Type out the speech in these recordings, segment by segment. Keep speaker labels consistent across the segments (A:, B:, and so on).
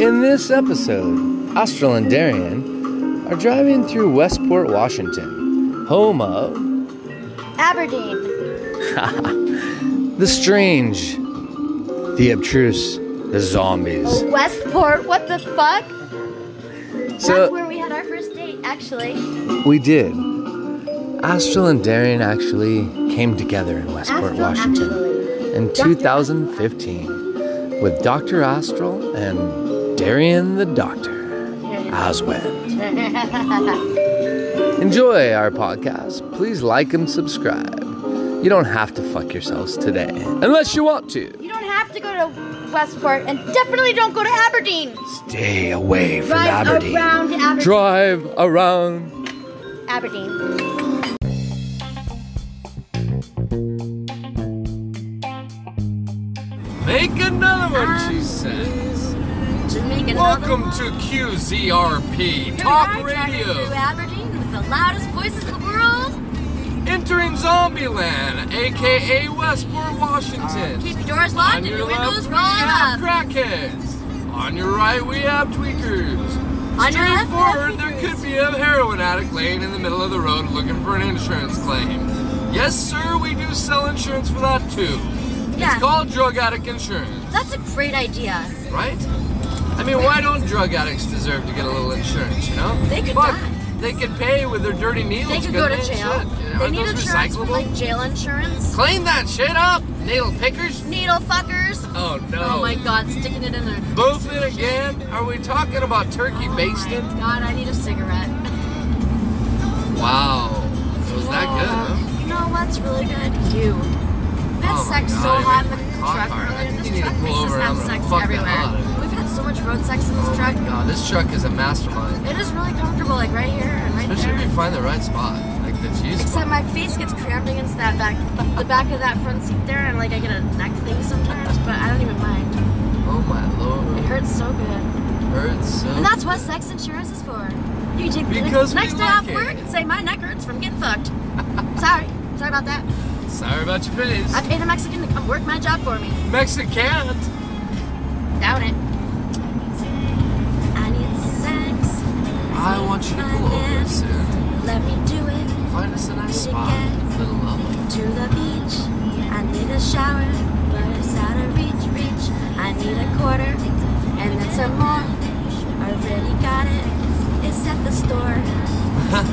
A: In this episode, Astral and Darian are driving through Westport, Washington, home of
B: Aberdeen.
A: the strange, the obtruse, the zombies.
B: Westport, what the fuck? That's
A: So
B: where we had our first date, actually.
A: we did. Astral and Darian actually came together in Westport,
B: Astral,
A: Washington
B: actually.
A: in 2015 with Dr. Astral and Darian the Doctor, as well. Enjoy our podcast. Please like and subscribe. You don't have to fuck yourselves today, unless you want to.
B: you don't have to go to Westport and definitely don't go to Aberdeen.
A: Stay away from
B: Drive
A: Aberdeen.
B: around Aberdeen.
A: Drive around.
B: Aberdeen.
A: Make another one, she says.
B: Jamaican
A: Welcome to QZRP Talk Radio,
B: Aberdeen with the loudest voices in the world.
A: entering Zombieland, aka Westport, Washington.
B: Keep your doors locked
A: On your left, we have crackheads. On your right, we have tweakers.
B: On your left,
C: Or there could be a heroin addict laying in the middle of the road looking for an insurance claim. Yes, sir, we do sell insurance for that too.
B: Yeah.
C: It's called drug addict insurance,
B: That's a great idea.
C: right? I mean, why don't drug addicts deserve to get a little insurance, you know?
B: They could
C: Fuck,
B: die.
C: They could pay with their dirty needles.
B: They could
C: couldn't
B: go to jail.
C: Shit.
B: They
C: Aren't
B: need
C: those
B: insurance for
C: recyclable?
B: like jail insurance.
C: Clean that shit up, needle pickers.
B: Needle fuckers.
C: Oh no.
B: Oh my god, sticking it in there.
C: Boofing again? Are we talking about turkey basting?
B: Oh My god, I need a cigarette.
C: Wow. Was that good, huh?
B: You know what's really good? You. That
C: Oh my
B: sex so
C: God,
B: hot
C: I
B: in the
C: think I'm
B: truck
C: cockeyed. I
B: earlier.
C: think
B: This
C: you need to
B: truck
C: pull
B: makes us
C: over and
B: have
C: I'm gonna
B: sex
C: fuck the
B: everywhere.
C: hell out of
B: We've had so much road sex in this
C: Oh my
B: truck.
C: god, this truck is a mastermind.
B: It is really comfortable, like right here and right
C: Especially if
B: there.
C: you find the right spot, like that's used.
B: Except my face gets crammed against that back, the back of that front seat there, and like I get a neck thing sometimes, but I don't even mind.
C: Oh my
B: It
C: lord,
B: hurts so good.
C: it hurts so.
B: And that's what sex insurance is for. You can take the
C: Because we
B: next day
C: like
B: off
C: it.
B: work and say my neck hurts from getting fucked. Sorry, sorry about that.
C: Sorry about your face.
B: I paid a Mexican to come work my job for me.
C: Mexican.
B: Down it. I need sex.
C: I want you to pull over soon.
B: Let me do it
C: Find us a nice spot. Little love.
B: to the beach. I need a shower, but it's out of reach, reach. I need a quarter and then some more. Already got it. It's at the store.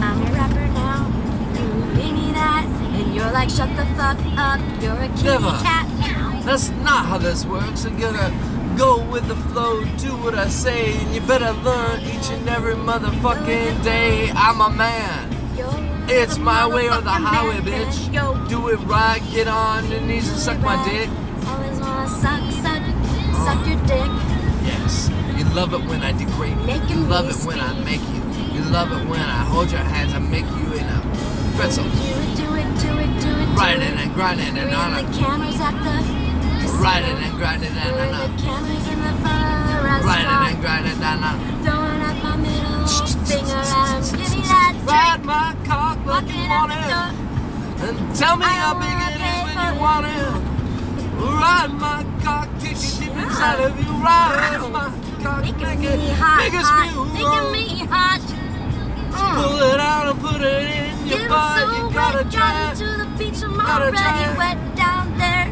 B: I'm a rapper now. You give me that, and you're like, shut the fuck up. You're a kitty
C: Never.
B: cat.
C: That's not how this works. I'm gonna go with the flow, do what I say, and you better learn each and every motherfucking day. I'm a man. It's my way or the highway, bitch.
B: Yo,
C: Do it right, get on your knees and suck my dick. Oh.
B: Always wanna suck, suck, suck your dick.
C: Yes. You love it when I degrade you. You
B: Making
C: love
B: me
C: it when I
B: scream.
C: make you. You love it when I hold your hands and make you in a pretzel.
B: Do it, do it, do it, do it.
C: Riding
B: do it.
C: and grinding
B: We're
C: and
B: in
C: on
B: the
C: a
B: cameras at the casino.
C: riding and grinding and
B: We're in
C: on
B: the cameras in the fun
C: a riding and
B: restaurant.
C: grinding and on
B: Throwing up my middle finger and give me
C: a
B: that
C: ride my cock like
B: Walking
C: you want
B: out the
C: it.
B: door.
C: And tell me
B: I
C: how
B: don't
C: big
B: wanna
C: it
B: pay
C: is
B: for
C: when
B: it.
C: you want it. Ride my cock, take it deep inside of you. Ride my cock,
B: Making
C: make it,
B: me hot,
C: make us feel
B: hot.
C: wrong.
B: Making me hot. Mm.
C: Pull it out and put it in your
B: Getting
C: butt.
B: so
C: you gotta
B: wet,
C: try.
B: got to the beach, I'm
C: Gotta
B: already
C: try.
B: wet down there.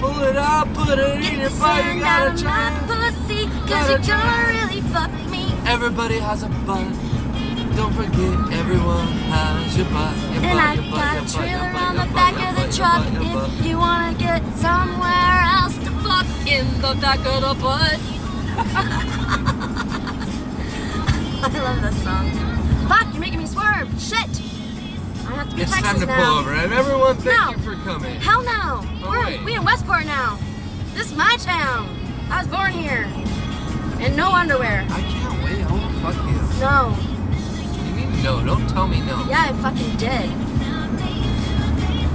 C: Pull it out, put it in
B: Get
C: your
B: the
C: butt. You
B: sand out
C: gotta
B: of my
C: try.
B: pussy, cause
C: Gotta
B: you're gonna
C: try.
B: really fuck me.
C: Everybody has a butt. Don't forget, everyone has your butt. Your
B: And
C: butt,
B: I've
C: your butt,
B: got
C: your
B: a
C: butt,
B: trailer
C: your butt,
B: on
C: your
B: the
C: butt,
B: back
C: your butt,
B: of the
C: your
B: truck
C: butt, your butt.
B: if you wanna get somewhere else to fuck in the back of the butt. I love this song. Fuck, you're making me swerve. Shit. I have to be
C: It's
B: Texas
C: time to
B: now.
C: pull over, and everyone,
B: No.
C: thank you for coming.
B: Hell no.
C: Oh,
B: We're
C: wait.
B: we in Westport now. This is my town. I was born here. And no underwear.
C: I can't wait. I want to fuck
B: No.
C: you. You need to know. Don't tell me no.
B: Yeah, I fucking did.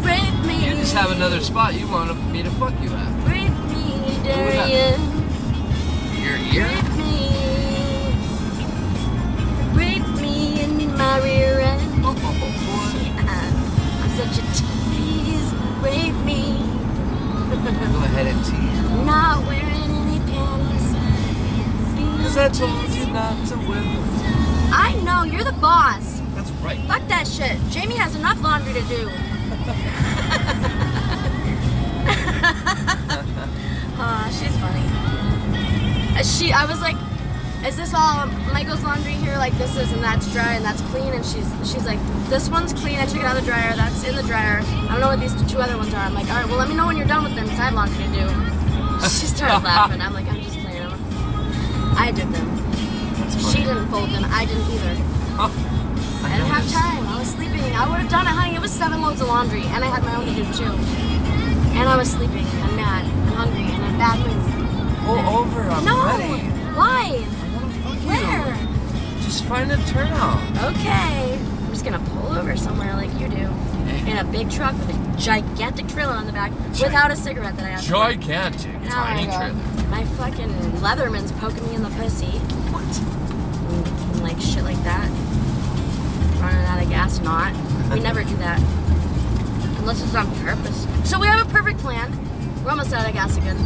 B: Rape me.
C: You just have another spot you want me to fuck you at.
B: Rape me,
C: that?
B: Darian.
C: Your ear?
B: Rape me. Rape me in my rear end.
C: Oh, boy.
B: I'm such a tease. Rape me.
C: Go ahead and tease.
B: Not wearing any panties. Being
C: Cause I told you not to whip.
B: I know, you're the boss.
C: That's right.
B: Fuck that shit. Jamie has enough laundry to do. Aw, she's funny. Uh, She, I was like, is this all Michael's laundry here? Like this is, and that's dry, and that's clean. And she's, she's like, this one's clean. I took it out of the dryer. That's in the dryer. I don't know what these two other ones are. I'm like, all right, well let me know when you're done with them, cause I have laundry to do. She started laughing. I'm like, I'm just playing. I did them.
C: That's
B: She didn't fold them. I didn't either.
C: I
B: I didn't have
C: noticed.
B: time. I was sleeping. I would have done it, honey. It was seven loads of laundry, and I had my own to do too. And I was sleeping. I'm mad. I'm hungry. And I'm bad mood.
C: All over. I'm
B: No.
C: ready.
B: Why?
C: I wanna fuck you.
B: Where?
C: Just find a turnout.
B: Okay. I'm just gonna pull over somewhere like you do, in a big truck with a gigantic trailer on the back, without a cigarette that I have.
C: Gigantic,
B: Oh my God. My fucking Leatherman's poking me in the pussy.
C: What?
B: and- and, like shit like that. Running out of gas, not. We never do that. Unless it's on purpose. So we have a perfect plan. We're almost out of gas again.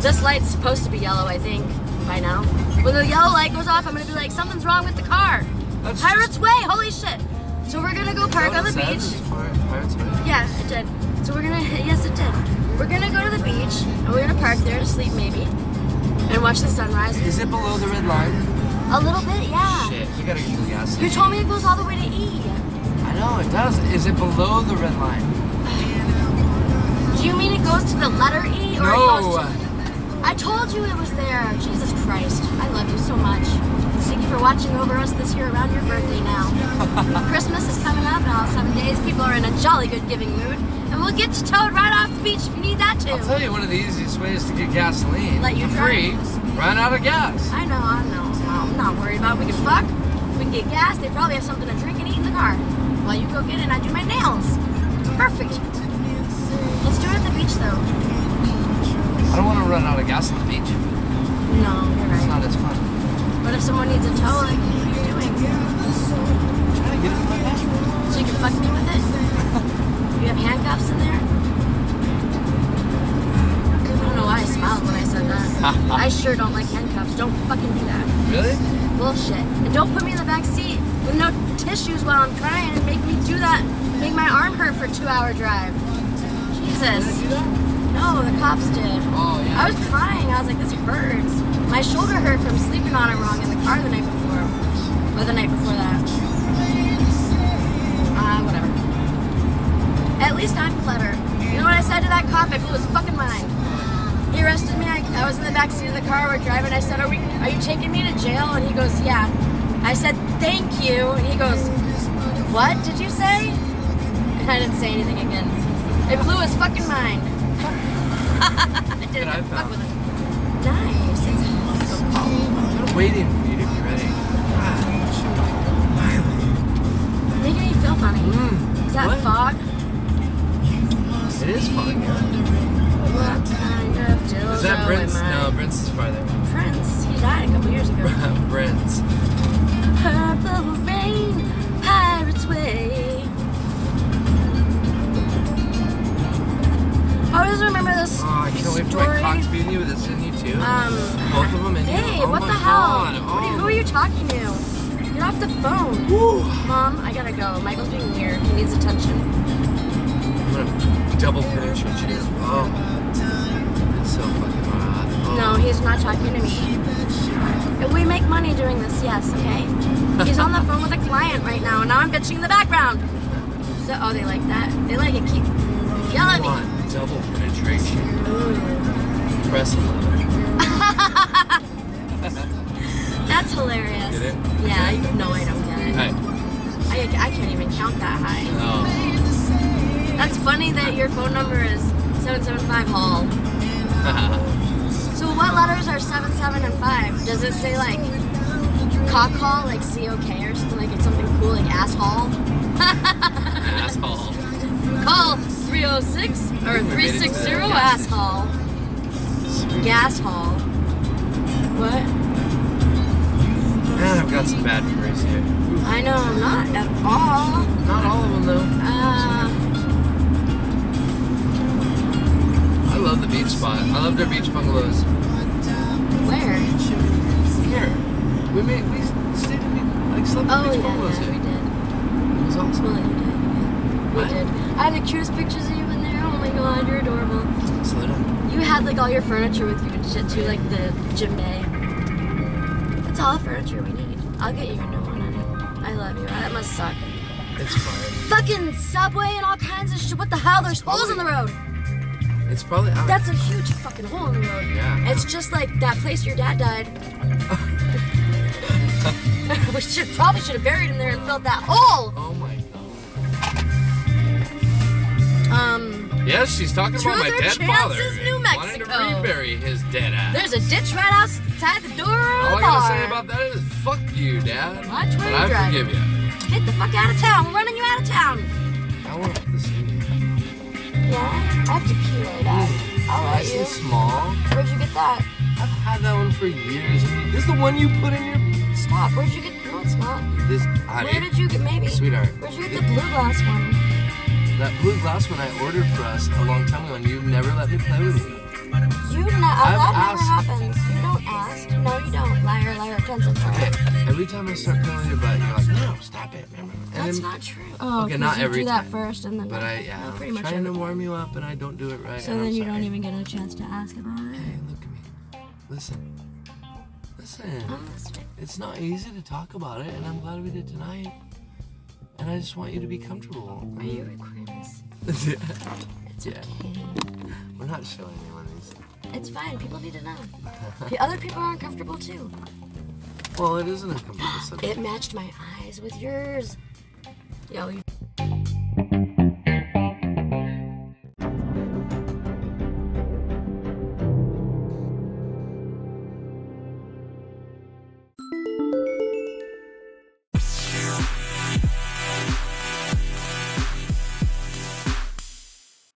B: This light's supposed to be yellow, I think, by now. When the yellow light goes off, I'm gonna be like, something's wrong with the car.
C: That's
B: Pirates
C: just-
B: Way, holy shit. So we're gonna go park on the beach. Yeah, it did. So we're gonna, yes, it did. We're gonna go to the beach and we're gonna park there to sleep maybe and watch the sunrise.
C: Is it below the red line?
B: A little bit, yeah.
C: Shit, we gotta get to the gas
B: You
C: station.
B: told me it goes all the way to E.
C: I know it does. Is it below the red line?
B: Do you mean it goes to the letter E or it goes
C: No.
B: to... I told you it was there. Jesus Christ. I love you so much. Thank you for watching over us this year around your birthday now. Christmas is coming up in all seven days. People are in a jolly good giving mood. And we'll get you towed right off the beach if you need that
C: I'll
B: too.
C: tell you one of the easiest ways to get gasoline
B: Let you
C: for
B: drive.
C: free. Run out of gas.
B: I know, I know. I'm not worried about it. We can fuck. We can get gas. They probably have something to drink and eat in the car. While you go get it and I do my nails. It's perfect. Let's do it at the beach though.
C: I don't want to run out of gas on the beach.
B: No, you're
C: It's
B: right.
C: not as fun.
B: But if someone needs a tow, like, what are you doing?
C: I'm trying to get it right now.
B: So you can fuck me with it? You have handcuffs in there? I don't know why I smiled when I said that. I sure don't like handcuffs. Don't fucking do that.
C: Really?
B: Bullshit. And don't put me in the back seat with no tissues while I'm crying and make me do that. Make my arm hurt for a two hour drive. Jesus. No, the cops did.
C: Oh yeah.
B: I was crying. I was like, this hurts. My shoulder hurt from sleeping on it wrong in the car the night before. Or the night before that. Ah, whatever. At least I'm clever. You know what I said to that cop? I blew his fucking mind. He arrested me. I, I was in the back seat of the car. We're driving. I said, are, we, are you taking me to jail? And he goes, yeah. I said, thank you. And he goes, what did you say? And I didn't say anything again. It blew his fucking mind. I didn't
C: Good
B: even
C: iPhone.
B: fuck with it. Nice. It's awesome.
C: I'm waiting for you to be ready.
B: Making me feel funny.
C: Mm.
B: Hmm. Is that
C: What?
B: fog?
C: It is fun. Yeah.
B: What kind of dildo
C: Is that Brent's?
B: am I?
C: No, Brent's is farther.
B: Prince. He died a couple years ago.
C: Brent's.
B: Purple rain, pirates way. I always remember this
C: Oh, I can't wait for my
B: story.
C: Cox Beauty with this in you too.
B: um,
C: Both of them in
B: hey,
C: you. Oh
B: what
C: my
B: the hell?
C: God.
B: What are you-
C: Oh.
B: who are you talking to? Get off the phone.
C: Woo.
B: Mom, I gotta go. Michael's being weird. He needs attention.
C: I'm gonna double penetrate you. Oh, it's so fucking hot. Oh.
B: No, he's not talking to me. And We make money doing this, yes, okay? He's on the phone with a client right now, and now I'm bitching in the background. So, oh, they like that. They like it. Keep yell
C: Come
B: at me.
C: on, double penetration.
B: Ooh,
C: Press eleven.
B: that's hilarious.
C: Get it?
B: Yeah, I- no, I don't get it.
C: Hey.
B: I, I can't even count that high.
C: Oh.
B: That's funny that your phone number is 775 Hall. So, what letters are 77 and 5? Does it say like cock hall, like C O K or something? Like it's something cool, like ass hall?
C: Asshole.
B: Call 306 or
C: We made it to
B: 360
C: the gas
B: ass hall.
C: Man,
B: Gas hall. What?
C: I've got some bad memories here.
B: I know I'm not at all.
C: Not all of them though.
B: Uh,
C: I love the beach spot. I love their beach bungalows.
B: Where?
C: Here. We made we stayed in the- like slept in
B: Oh,
C: these
B: yeah,
C: bungalows
B: yeah, we
C: here.
B: did.
C: It was awesome.
B: Well, you did. We
C: What?
B: did. I had the cutest pictures of you in there. Oh my god, you're adorable.
C: Slow down.
B: You had like all your furniture with you and shit too, like the djembe. That's all the furniture we need. I'll get you a new one, honey. I love you. That must suck.
C: It's fine.
B: Fucking subway and all kinds of shit. What the hell? There's holes in the road.
C: It's probably out.
B: That's a huge fucking hole in the road.
C: Yeah.
B: It's just like that place your dad died. we should probably should have buried him there and filled that hole.
C: oh my god.
B: Um,
C: Yes, she's talking
B: Truth
C: about my
B: or
C: dead
B: Chance
C: father.
B: is New
C: and wanting
B: Mexico.
C: to rebury his dead ass.
B: there's a ditch right outside the door of
C: All
B: the
C: I
B: bar.
C: gotta say about that is fuck you, Dad.
B: Watch where
C: but
B: you
C: I
B: drive.
C: forgive you.
B: Get the fuck out of town. We're running you out of town.
C: I want this Indian.
B: Yeah, I have tequila. Dad. I'll let
C: Nice
B: you.
C: and small.
B: Where'd you get that?
C: I've had that one for years. This is the one you put in your
B: Stop. Where'd you get? No, it's not.
C: this
B: Where
C: honey.
B: did you get? Maybe.
C: Sweetheart,
B: Where'd you get the blue glass one?
C: that blue glass one I ordered for us a long time ago, and you've never let me play with you.
B: You know, that never
C: asked.
B: happens. You don't ask. No, you don't. Liar, liar, pencil.
C: Okay,
B: Okay.
C: every time I start playing with your butt, you're like, no, stop it. And
B: That's
C: then,
B: not true. Oh,
C: Okay,
B: 'cause
C: not
B: you
C: every
B: do that
C: time.
B: first, and then
C: But I, yeah,
B: no, pretty
C: I'm
B: much
C: trying
B: every
C: to
B: time.
C: warm you up, and I don't do it right.
B: So
C: and
B: then
C: I'm
B: you
C: sorry.
B: don't even get a chance to ask about it.
C: Hey, look at me. Listen, listen.
B: I'm listening.
C: It's not easy to talk about it, and I'm glad we did tonight. And I just want you to be comfortable.
B: Are you recording this? It's
C: Yeah.
B: okay.
C: We're not showing anyone these.
B: It's fine. People need to know. The other people are uncomfortable too.
C: Well, it isn't a comfortable subject.
B: It matched my eyes with yours. Yo, you